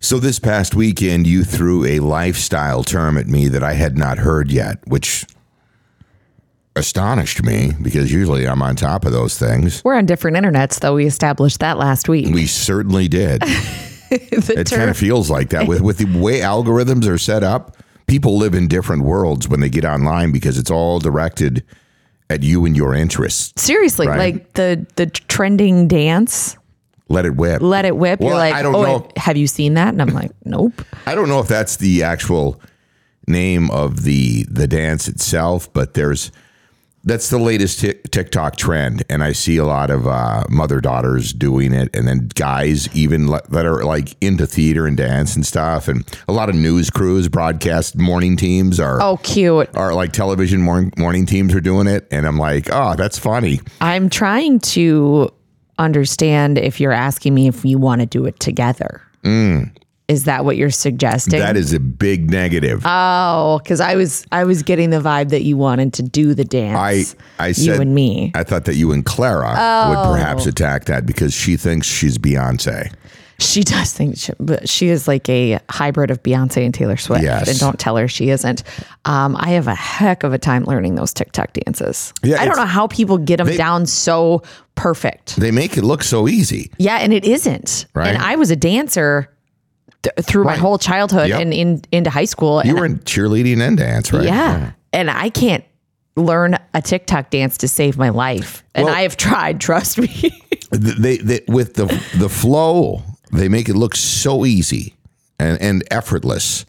So this past weekend, you threw a lifestyle term at me that I had not heard yet, which astonished me because usually I'm on top of those things. We're on different internets, though. We established that last week. We certainly did. the It kind of feels like that with with the way algorithms are set up. People live in different worlds when they get online because it's all directed at you and your interests. seriously, Right. like the the trending dance, Let it whip. let it whip. You're Well, like, I don't oh, know. have you seen that? And I'm like, nope. I don't know if that's the actual name of the the dance itself, but there's that's the latest Tik TikTok trend, and I see a lot of uh, mother daughters doing it, and then guys even le- that are like into theater and dance and stuff, and a lot of news crews, broadcast morning teams are Oh, cute. are like television morning morning teams are doing it, and I'm like, oh, that's funny. I'm trying to understand if you're asking me if you want to do it together. Is that what you're suggesting? Mm. That is a big negative. oh, because I was I was getting the vibe that you wanted to do the I dance. I you said and me. I thought that you and Clara Oh. would perhaps attack that because she thinks she's Beyonce. She does think she, but she is like a hybrid of Beyonce and Taylor Swift. Yes. And don't tell her she isn't. Um, I have a heck of a time learning those TikTok dances. Yeah, I don't it's- know how people get them down so perfect. They make it look so easy. Yeah, and it isn't. Right. And I was a dancer th- through my whole childhood Yep. and in, into high school. You and were in cheerleading and dance, right? yeah, and I can't learn a TikTok dance to save my life. And I have tried. Trust me. Th- They, they with the the flow, they make it look so easy and and effortless.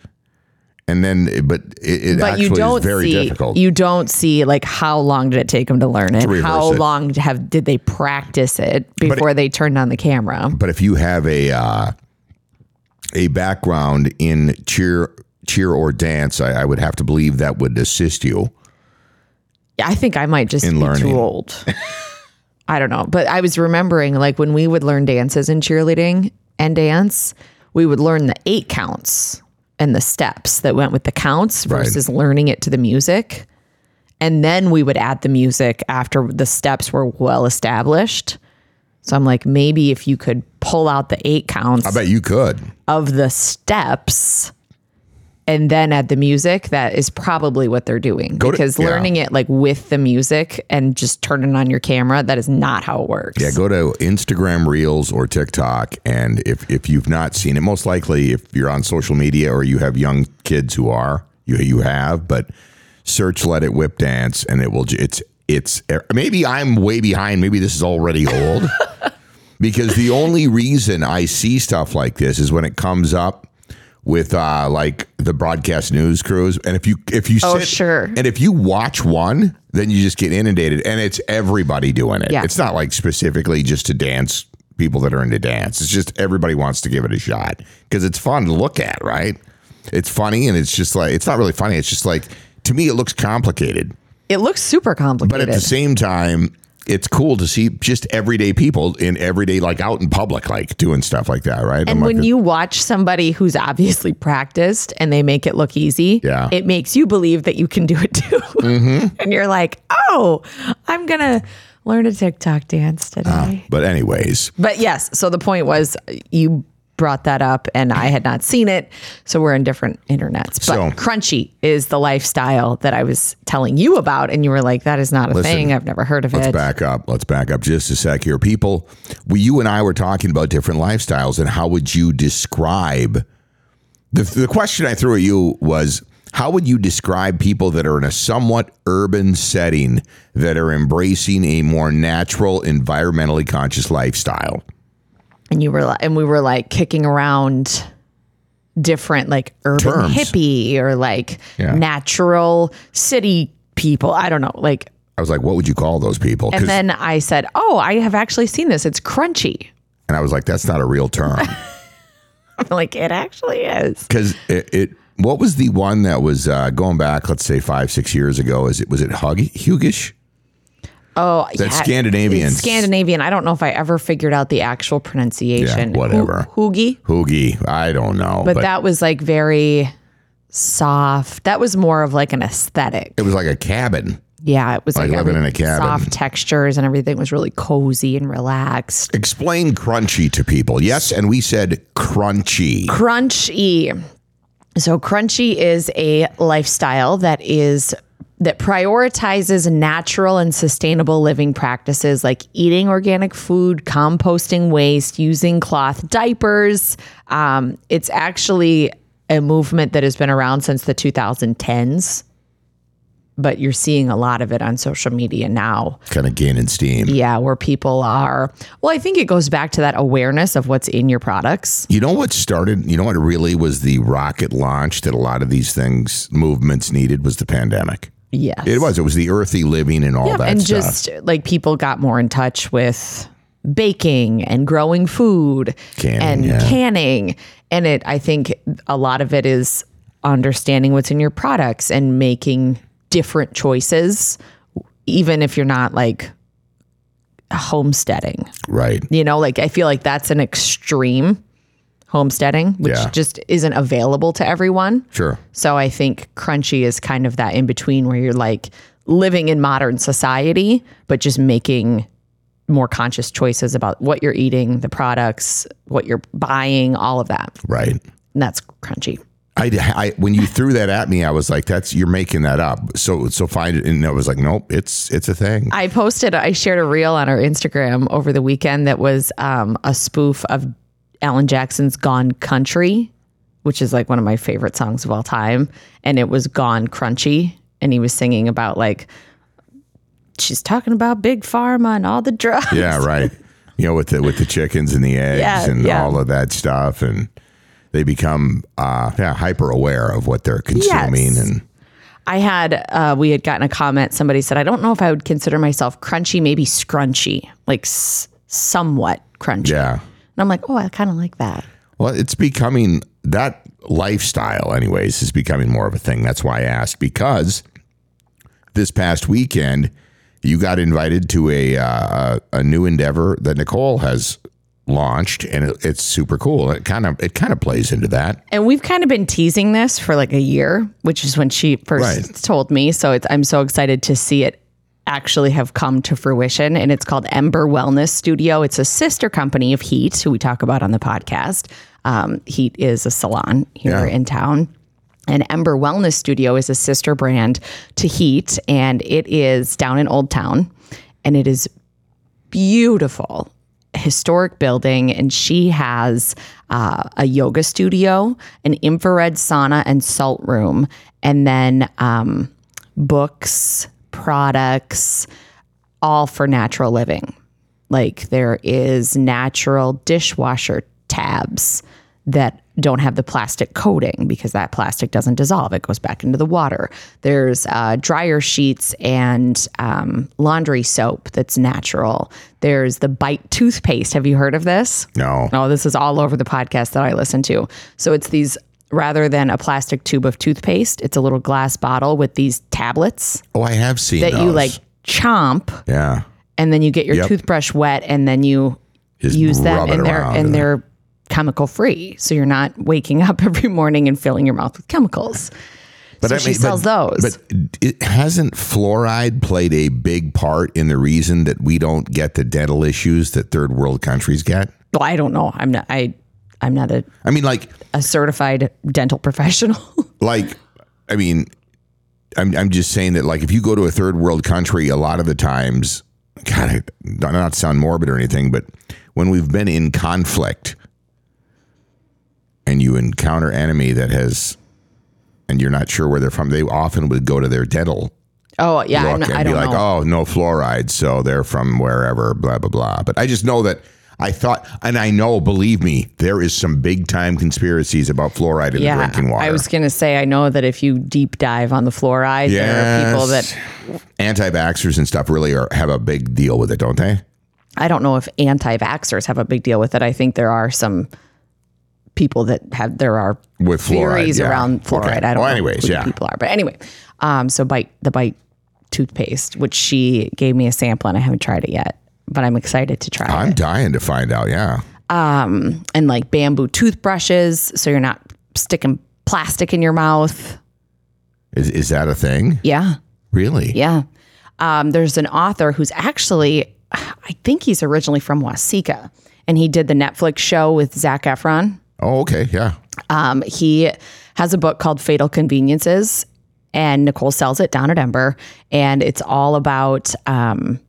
And then, but it, it but actually you don't is very see difficult. you don't see like how long did it take them to learn it rehearse how it. long have did they practice it before they turned on the camera but if you have a uh, a background in cheer cheer or dance, I, I would have to believe that would assist you. i think i might just In be learning. too old i don't know but i was remembering like when we would learn dances in cheerleading and dance we would learn the eight counts and the steps that went with the counts Right. versus learning it to the music and then we would add the music after the steps were well established so i'm like maybe if you could pull out the eight counts I bet you could. of the steps and then add the music that is probably what they're doing to- because yeah. learning it like with the music and just turning on your camera that is not how it works Yeah, go to Instagram Reels or TikTok, and if if you've not seen it, most likely if you're on social media or you have young kids who are, you you have, but search "Let It Whip Dance" and it will. j- It's it's er, maybe I'm way behind. Maybe this is already old because the only reason I see stuff like this is when it comes up with uh, like the broadcast news crews, and if you if you Oh, sit- sure. and if you watch one, then you just get inundated, and it's everybody doing it. Yeah. It's not like specifically just to dance people that are into dance. It's just everybody wants to give it a shot because it's fun to look at, right? It's funny, and it's just like it's not really funny. It's just like to me, it looks complicated, it looks super but complicated at the same time. It's cool to see just everyday people in everyday, like out in public, like doing stuff like that, right? I'm and like, when you watch somebody who's obviously practiced and they make it look easy, Yeah. Mm-hmm. it makes you believe that you can do it too. and you're like, oh, I'm going to learn a TikTok dance today. but anyways, But yes, so the point was you brought that up and I had not seen it. So we're in different internets. But So- crunchy is the lifestyle that I was telling you about. And you were like, that is not a thing. I've never heard of Let's it. back up. Let's back up just a sec here. People, we, you and I were talking about different lifestyles and how would you describe the, the question I threw at you was how would you describe people that are in a somewhat urban setting that are embracing a more natural, environmentally conscious lifestyle? And you were like, and we were like kicking around different like urban Terms. hippie or like Yeah. natural city people. I don't know. Like I was like, what would you call those people? 'Cause- and then I said, Oh, I have actually seen this. It's crunchy. and I was like, that's not a real term. I'm like, it actually is. Because it, it, what was the one that was uh, going back, let's say five, six years ago? Is it, was it Hug, Hugish? Oh, That's yeah. Scandinavian. It's Scandinavian. I don't know if I ever figured out the actual pronunciation. Yeah, whatever. Hoo- Hoogie. Hoogie. I don't know. But, that was like very soft. That was more of like an aesthetic. it was like a cabin. Yeah, it was Like like, living in a everything- cabin. Soft textures and everything was really cozy and relaxed. Explain crunchy to people. Yes, and we said crunchy. Crunchy. So crunchy is a lifestyle that is that prioritizes natural and sustainable living practices like eating organic food, composting waste, using cloth diapers. Um, it's actually a movement that has been around since the 2010s, but you're seeing a lot of it on social media now. Kind of gaining steam. Yeah, where people are. Well, I think it goes back to that awareness of what's in your products. You know what started, you know what really was the rocket launch that a lot of these things, movements needed was the pandemic. Yes. It was. It was the earthy living and all that and stuff. just like people got more in touch with baking and growing food Canning, and yeah. canning. And it, I think a lot of it is understanding what's in your products and making different choices, even if you're not like homesteading. right. You know, like I feel like that's an extreme homesteading, which Yeah. just isn't available to everyone. Sure. So I think crunchy is kind of that in between where you're like living in modern society, but just making more conscious choices about what you're eating, the products, what you're buying, all of that. Right. And that's crunchy. I, I when you threw that at me, I was like, "That's you're making that up." So so find it, and I was like, "Nope, it's it's a thing." I posted, I shared a reel on our Instagram over the weekend that was um, a spoof of Alan Jackson's Gone Country, which is like one of my favorite songs of all time. And it was Gone Crunchy. And he was singing about like, she's talking about Big Pharma and all the drugs. yeah, right. You know, with the with the chickens and the eggs Yeah, and yeah. all of that stuff, and they become uh, yeah hyper aware of what they're consuming Yes. and I had, uh, we had gotten a comment. Somebody said, I don't know if I would consider myself crunchy, maybe scrunchy, like s- somewhat crunchy. yeah. And I'm like, oh, I kind of like that. Well, it's becoming that lifestyle, anyways, is becoming more of a thing. That's why I asked because this past weekend you got invited to a uh, a new endeavor that Nicole has launched, and it, it's super cool. It kind of it kind of plays into that. And we've kind of been teasing this for like a year, which is when she first Right. told me. So it's, I'm so excited to see it actually have come to fruition. And it's called Ember Wellness Studio. It's a sister company of Heat, who we talk about on the podcast. Um, Heat is a salon here Yeah. in town. And Ember Wellness Studio is a sister brand to Heat, and it is down in Old Town. And it is beautiful historic building and she has uh, a yoga studio an infrared sauna and salt room and then um, books products all for natural living like there is natural dishwasher tabs that don't have the plastic coating because that plastic doesn't dissolve. It goes back into the water. There's uh, dryer sheets and um, laundry soap that's natural. There's the bite toothpaste. Have you heard of this? No, Oh, this is all over the podcast that I listen to. So it's these rather than a plastic tube of toothpaste, it's a little glass bottle with these tablets oh, I have seen that you those. like chomp Yeah, and then you get your Yep. toothbrush wet and then you Just use them rub it and they're around and and- they're chemical free so you're not waking up every morning and filling your mouth with chemicals but so she sells those But it hasn't fluoride played a big part in the reason that we don't get the dental issues that third world countries get? well i don't know i'm not i i'm not a, I mean, like a certified dental professional like i mean I'm, I'm just saying that like if you go to a third world country a lot of the times god I, not not to sound morbid or anything but when we've been in conflict and you encounter enemy that has and you're not sure where they're from they often would go to their dental oh yeah I'm look not- i and be don't like know oh no fluoride so they're from wherever blah blah blah but i just know that I thought, and I know, believe me, there is some big time conspiracies about fluoride in the yeah drinking water. i was gonna say i know that if you deep dive on the fluoride there are people that anti-vaxxers and stuff really are have a big deal with it, don't they? I don't know if anti-vaxxers have a big deal with it. I think there are some people that have there are With fluoride, theories yeah. around fluoride. Okay. I don't Well, know anyways, who the yeah. people are, but anyway, um, so bite the bite toothpaste, which she gave me a sample and I haven't tried it yet, but I'm excited to try it. I'm dying to find out. Yeah, Oh. And like bamboo toothbrushes, so you're not sticking plastic in your mouth. is is that a thing? Yeah, Really? yeah. Um, there's an author who's actually, I think he's originally from Wasika, and he did the Netflix show with Zach Efron. Oh, okay. Yeah. Um, he has a book called Fatal Conveniences, and Nicole sells it down at Ember, and it's all about um,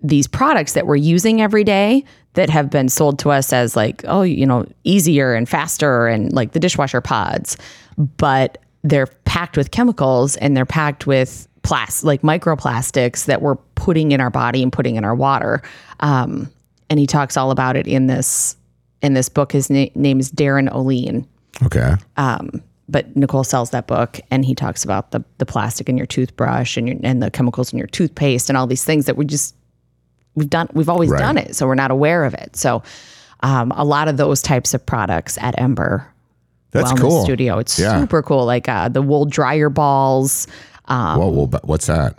these products that we're using every day that have been sold to us as like, oh, you know, easier and faster, and like the dishwasher pods, but they're packed with chemicals and they're packed with plas like microplastics that we're putting in our body and putting in our water. Um, and he talks all about it in this in this book. His na- name is Darren Oleen Okay. but Nicole sells that book and he talks about the the plastic in your toothbrush and your and the chemicals in your toothpaste and all these things that we just we've done we've always Right. done it so we're not aware of it. So um, a lot of those types of products at Ember That's Wellness cool. Studio. It's Yeah. super cool like uh, the wool dryer balls, Whoa, whoa, but what's that?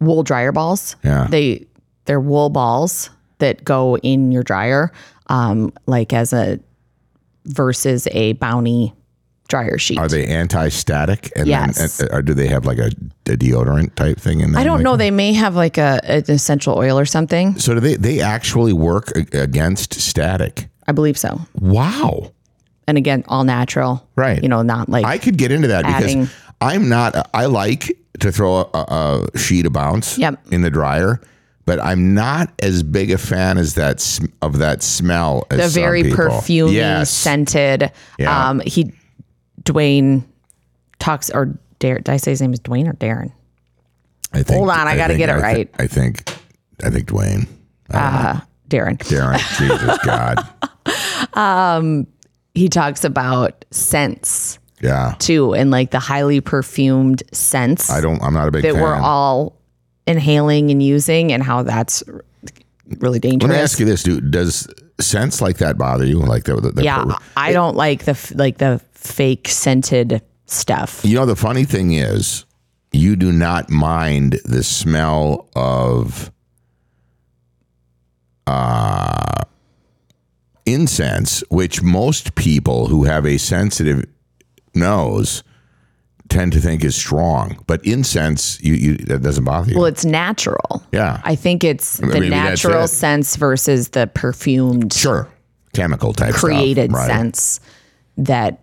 wool dryer balls. Yeah. They they're wool balls that go in your dryer um, like as a versus a bounty dryer sheet. Are they anti-static? And Yes. Then, and- or do they have like a, a deodorant type thing in there? I don't know. They may have like a an essential oil or something. So do they? They actually work a- against static. I believe so. Wow. And again, all natural. Right. You know, not like I could get into that Adding- because I'm not. I like to throw a, a a sheet of bounce Yep. in the dryer, but I'm not as big a fan as that sm- of that smell. As the some very people. perfumy Yes. scented. Yeah. Um, he, Dwayne, talks or Dar- Did I say his name is Dwayne or Darren? I think, Hold on, I gotta think- get it I thi- right. I think. I think Dwayne. Darren. Darren. Jesus God. He talks about scents Yeah. too, and like the highly perfumed scents I don't. I'm not a big that fan. we're all inhaling and using, and how that's r- really dangerous. Let me ask you this, dude. Does sense like that bother you? Like the, the, the Yeah, I don't like the f- like the fake scented stuff. You know, the funny thing is, you do not mind the smell of uh, uh, incense, which most people who have a sensitive nose tend to think is strong. But incense, you, you that doesn't bother you. Well, it's natural. yeah, I think it's the maybe that's natural it. sense versus the perfumed sure, chemical type stuff, created right. sense that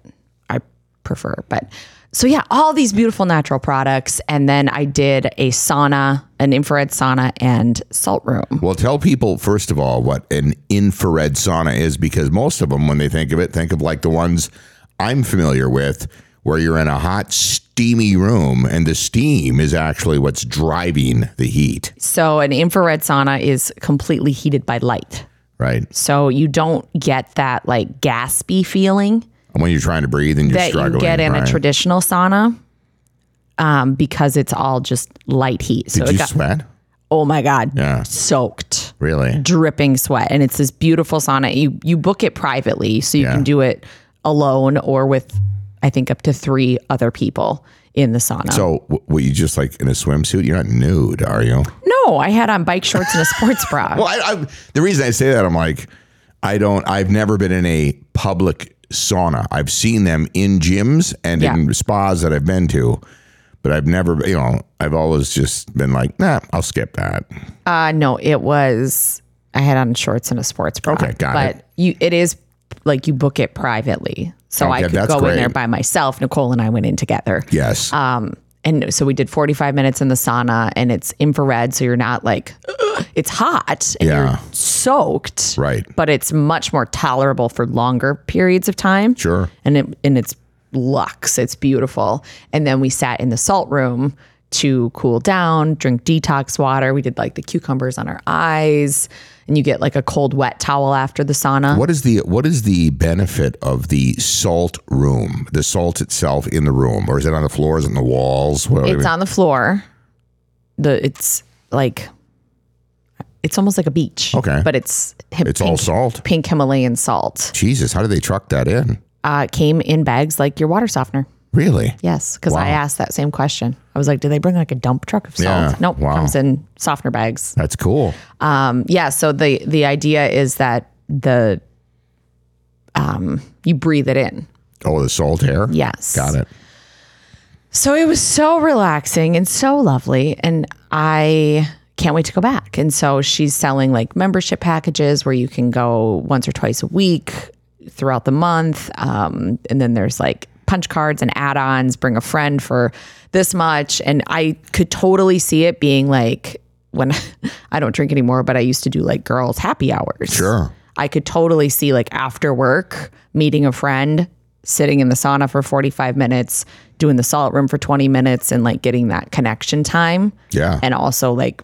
I prefer. But so yeah, all these beautiful natural products and then I did a sauna, an infrared sauna and salt room. Well, tell people first of all what an infrared sauna is because most of them, when they think of it, think of like the ones I'm familiar with, where you're in a hot, steamy room and the steam is actually what's driving the heat, So an infrared sauna is completely heated by light. right? So you don't get that like gaspy feeling. And when you're trying to breathe and you're that struggling, you get in right? a traditional sauna um, because it's all just light heat. So Did it you got, sweat? oh my God, Yeah, soaked, really. dripping sweat. And it's this beautiful sauna. You, you book it privately so you Yeah. can do it alone or with, I think, up to three other people in the sauna. So, w- were you just like in a swimsuit? You're not nude, are you? no, I had on bike shorts and a sports bra. Well, I, I, the reason I say that, I'm like, I don't. I've never been in a public sauna. I've seen them in gyms and in spas that I've been to, but I've never. You know, I've always just been like, nah, I'll skip that. Uh, no, it was, I had on shorts and a sports bra. Okay, got but it. you, it is like you book it privately. So I Okay, could that's go in great. there by myself. Nicole and I went in together. Yes, Um, and so we did 45 minutes in the sauna and it's infrared so you're not like it's hot and Yeah. you're soaked Right. but it's much more tolerable for longer periods of time Sure. and it and it's luxe it's beautiful and then we sat in the salt room to cool down drink detox water we did like the cucumbers on our eyes and you get like a cold wet towel after the sauna What is the what is the benefit of the salt room? The salt itself in the room, or is it on the floors and the walls? What, it's on the floor the it's like it's almost like a beach Okay. but it's him, it's all salt. pink Himalayan salt. Jesus, how do they truck that in? Uh, came in bags like your water softener. Really? Yes, because I asked that same question. I was like, "Do they bring like a dump truck of salt?" Yeah, nope, wow. comes in softener bags. That's cool. Um, yeah. So the the idea is that the um, you breathe it in. Oh, the salt air. Yes. got it. So it was so relaxing and so lovely, and I can't wait to go back. And so she's selling like membership packages where you can go once or twice a week throughout the month. Um, and then there's like punch cards and add ons, bring a friend for this much. And I could totally see it being like when I don't drink anymore, but I used to do like girls' happy hours. Sure. I could totally see like after work meeting a friend, sitting in the sauna for 45 minutes, doing the salt room for 20 minutes and like getting that connection time Yeah. and also like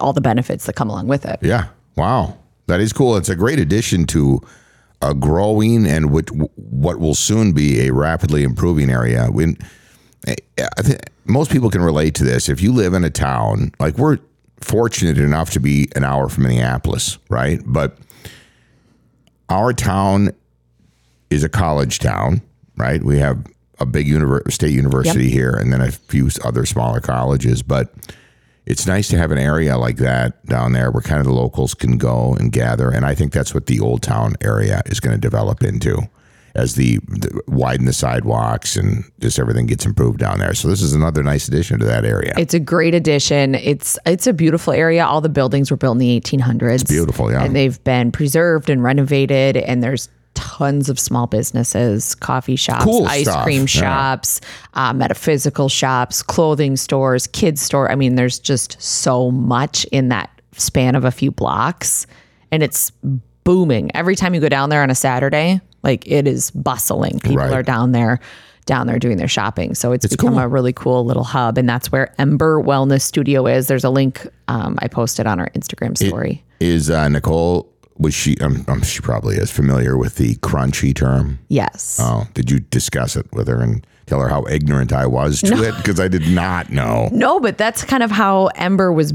all the benefits that come along with it. Yeah. Wow. That is cool. It's a great addition to a growing and what what will soon be a rapidly improving area. When I think most people can relate to this. If you live in a town, like we're fortunate enough to be an hour from Minneapolis, right? But our town is a college town, right? We have a big univer- state university here and then a few other smaller colleges, but it's nice to have an area like that down there where kind of the locals can go and gather. And I think that's what the old town area is going to develop into as the, the widen the sidewalks and just everything gets improved down there. So this is another nice addition to that area. It's a great addition. It's it's a beautiful area. All the buildings were built in the 1800s. It's beautiful, yeah. And they've been preserved and renovated and there's tons of small businesses, coffee shops, Cool ice stuff, cream yeah. shops, uh, metaphysical shops, clothing stores, kids store. I mean, there's just so much in that span of a few blocks and it's booming. Every time you go down there on a Saturday, like it is bustling. People Right. are down there down there doing their shopping. So it's, become a really cool little hub. And that's where Ember Wellness Studio is. There's a link um, I posted on our Instagram story. Is uh, Nicole, was she, um, um, she probably is familiar with the crunchy term. yes. Oh, did you discuss it with her and tell her how ignorant I was to it? Because I did not know. no, but that's kind of how Ember was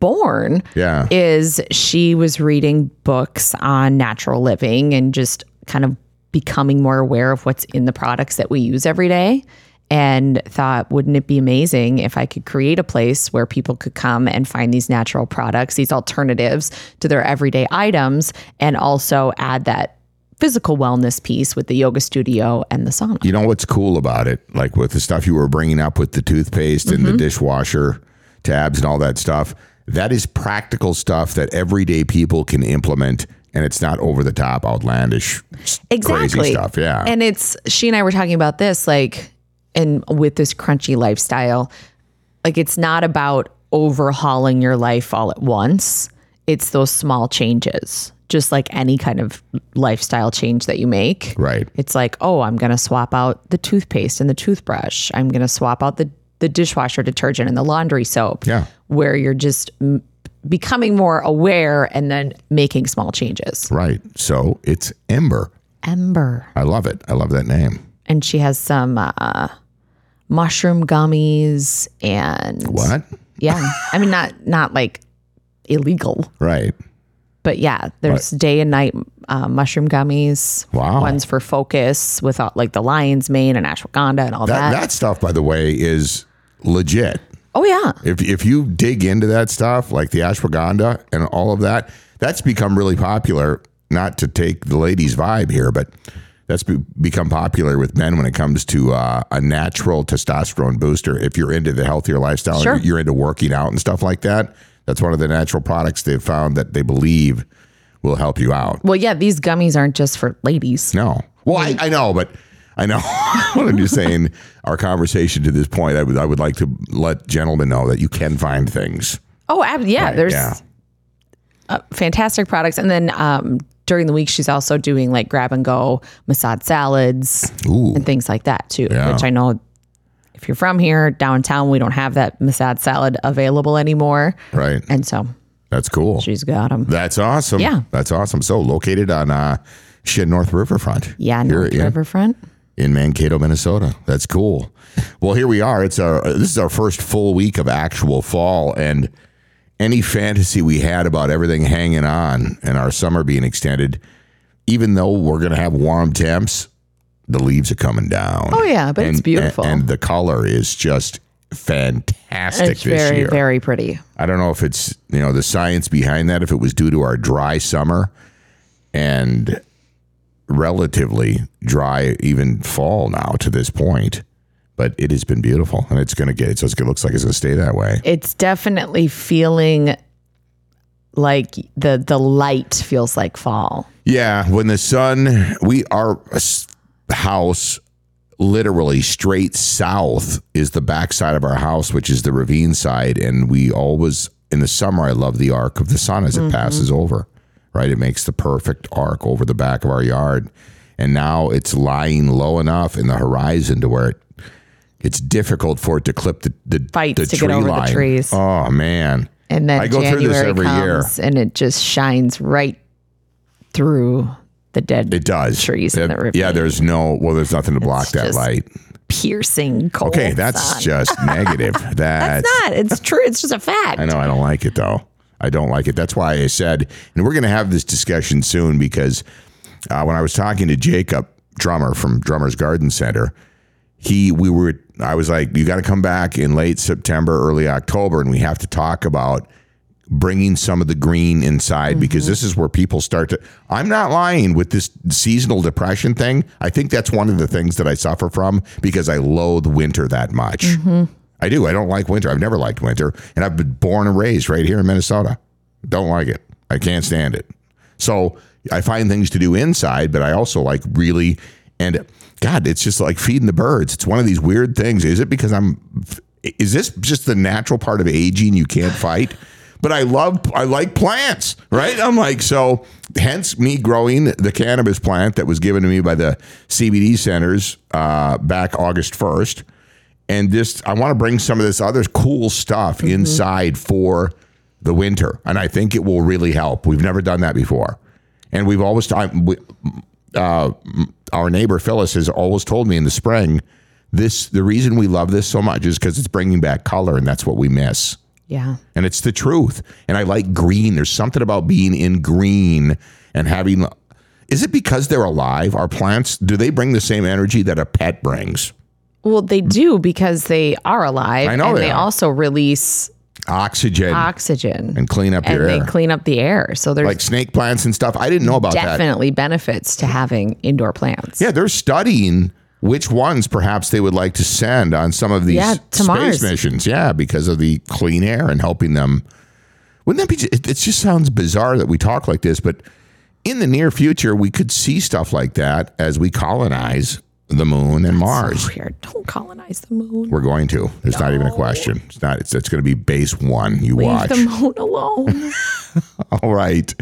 born. Yeah. Is she was reading books on natural living and just kind of becoming more aware of what's in the products that we use every day and thought wouldn't it be amazing if I could create a place where people could come and find these natural products, these alternatives to their everyday items and also add that physical wellness piece with the yoga studio and the sauna. you know what's cool about it? Like with the stuff you were bringing up with the toothpaste and Mm-hmm. the dishwasher tabs and all that stuff, that is practical stuff that everyday people can implement. And it's not over the top, outlandish, s- crazy stuff. Yeah. And it's she and I were talking about this, like, and with this crunchy lifestyle, like it's not about overhauling your life all at once. It's those small changes, just like any kind of lifestyle change that you make. right. It's like, oh, I'm gonna swap out the toothpaste and the toothbrush. I'm gonna swap out the the dishwasher detergent and the laundry soap. Yeah. where you're just mm, becoming more aware and then making small changes. Right. So it's Ember. Ember. I love it. I love that name. and she has some uh, mushroom gummies and What? yeah i mean not not like illegal Right. but yeah there's day and night uh, mushroom gummies Wow. ones for focus without like the lion's mane and ashwagandha and all That, that, that stuff, by the way, is legit. oh yeah If if you dig into that stuff, like the ashwagandha and all of that, that's become really popular. Not to take the ladies' vibe here, but that's be- become popular with men when it comes to uh, a natural testosterone booster. If you're into the healthier lifestyle, and Sure. you're into working out and stuff like that. That's one of the natural products they've found that they believe will help you out. well yeah these gummies aren't just for ladies No, well, I, I know, but I know what I'm just saying. Our conversation to this point, I would I would like to let gentlemen know that you can find things. oh ab- yeah there's uh, yeah. fantastic products and then um during the week she's also doing like grab and go massage salads Ooh. and things like that too. Yeah. Which I know if you're from here downtown, we don't have that Masad salad available anymore. Right. And so That's cool. she's got them. That's awesome. Yeah. That's awesome. So located on uh shit North Riverfront. Yeah, Here North in, Riverfront. in Mankato, Minnesota. That's cool. Well, here we are. It's our this is our first full week of actual fall and any fantasy we had about everything hanging on and our summer being extended, even though we're gonna have warm temps, the leaves are coming down. Oh, yeah, but it's beautiful. And, the color is just fantastic It's this very, year. very pretty. I don't know if it's you know the science behind that if it was due to our dry summer and relatively dry even fall now to this point. but it has been beautiful and it's going to get, it's, it looks like it's going to stay that way. It's definitely feeling like the the light feels like fall. Yeah, when the sun, we our s- house literally straight south is the backside of our house, which is the ravine side, and we always in the summer I love the arc of the sun as it Mm-hmm. passes over. Right, it makes the perfect arc over the back of our yard, and now it's lying low enough in the horizon to where it. It's difficult for it to clip the the, Fights the to get tree over the line. trees. Oh man, And then I go through January this every year. comes and it just shines right through the dead it does. Trees in That- the Yeah, ravine. there's no well, there's nothing to block that just light. piercing cold. Okay, that's sun. just negative. That it's not. It's true. It's just a fact. I know I don't like it though. I don't like it. That's why I said, and we're going to have this discussion soon because uh, when I was talking to Jacob Drummer from Drummer's Garden Center, he we were I was like, you got to come back in late September, early October, and we have to talk about bringing some of the green inside because this is where people start to I'm not lying with this seasonal depression thing. I think that's one of the things that I suffer from because I loathe winter that much. I do. I don't like winter. I've never liked winter and I've been born and raised right here in Minnesota. Don't like it. I can't stand it. So, I find things to do inside, but I also like really and god, it's just like feeding the birds. It's one of these weird things. Is it because I'm is this just the natural part of aging you can't fight? but I love I like plants, right? I'm like so hence me growing the cannabis plant that was given to me by the CBD centers uh, back August 1st. And this I want to bring some of this other cool stuff inside for the winter and I think it will really help. We've never done that before. And we've always I, we, uh, our neighbor Phyllis has always told me in the spring this the reason we love this so much is because it's bringing back color and that's what we miss yeah. and it's the truth. And I like green. There's something about being in green and having. Is it because they're alive? Our plants do they bring the same energy that a pet brings? Well, they do because they are alive. I know and they they, are. also release Oxygen oxygen and clean up your and they air, clean up the air. So there's like snake plants and stuff. I didn't know about that. definitely benefits to having indoor plants. Yeah, they're studying which ones perhaps they would like to send on some of these Yeah, to space Mars. missions. Yeah, because of the clean air and helping them. Wouldn't that be? It, it just sounds bizarre that we talk like this, but in the near future, we could see stuff like that as we colonize the moon and Mars. Weird. Don't colonize the moon. We're going to. There's not even a question. It's not. It's, it's going to be base one. You Leave watch. the moon alone. All right.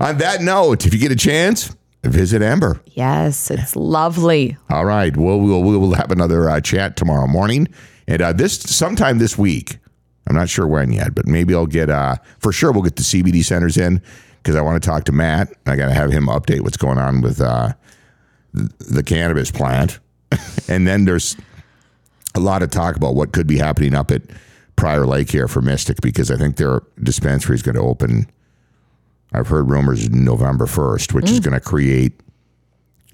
On that note, if you get a chance, visit Ember. yes, it's lovely. All right. Well, we will, we will have another uh, chat tomorrow morning, and uh, this sometime this week. I'm not sure when yet, but maybe I'll get uh, for sure. We'll get the CBD centers in because I want to talk to Matt. I got to have him update what's going on with uh, the, the cannabis plant, and then there's a lot of talk about what could be happening up at Prior Lake here for Mystic because I think their dispensary is going to open. I've heard rumors November 1st, which is going to create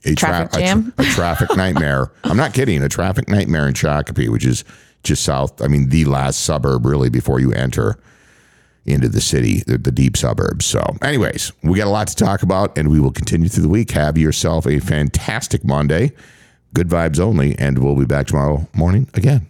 a, Mm. Traffic jam? a, tra- a traffic nightmare. I'm not kidding. A traffic nightmare in Shakopee, which is just south, I mean, the last suburb really before you enter into the city, the, the deep suburbs. So, anyways, we got a lot to talk about and we will continue through the week. Have yourself a fantastic Monday. Good vibes only. And we'll be back tomorrow morning again.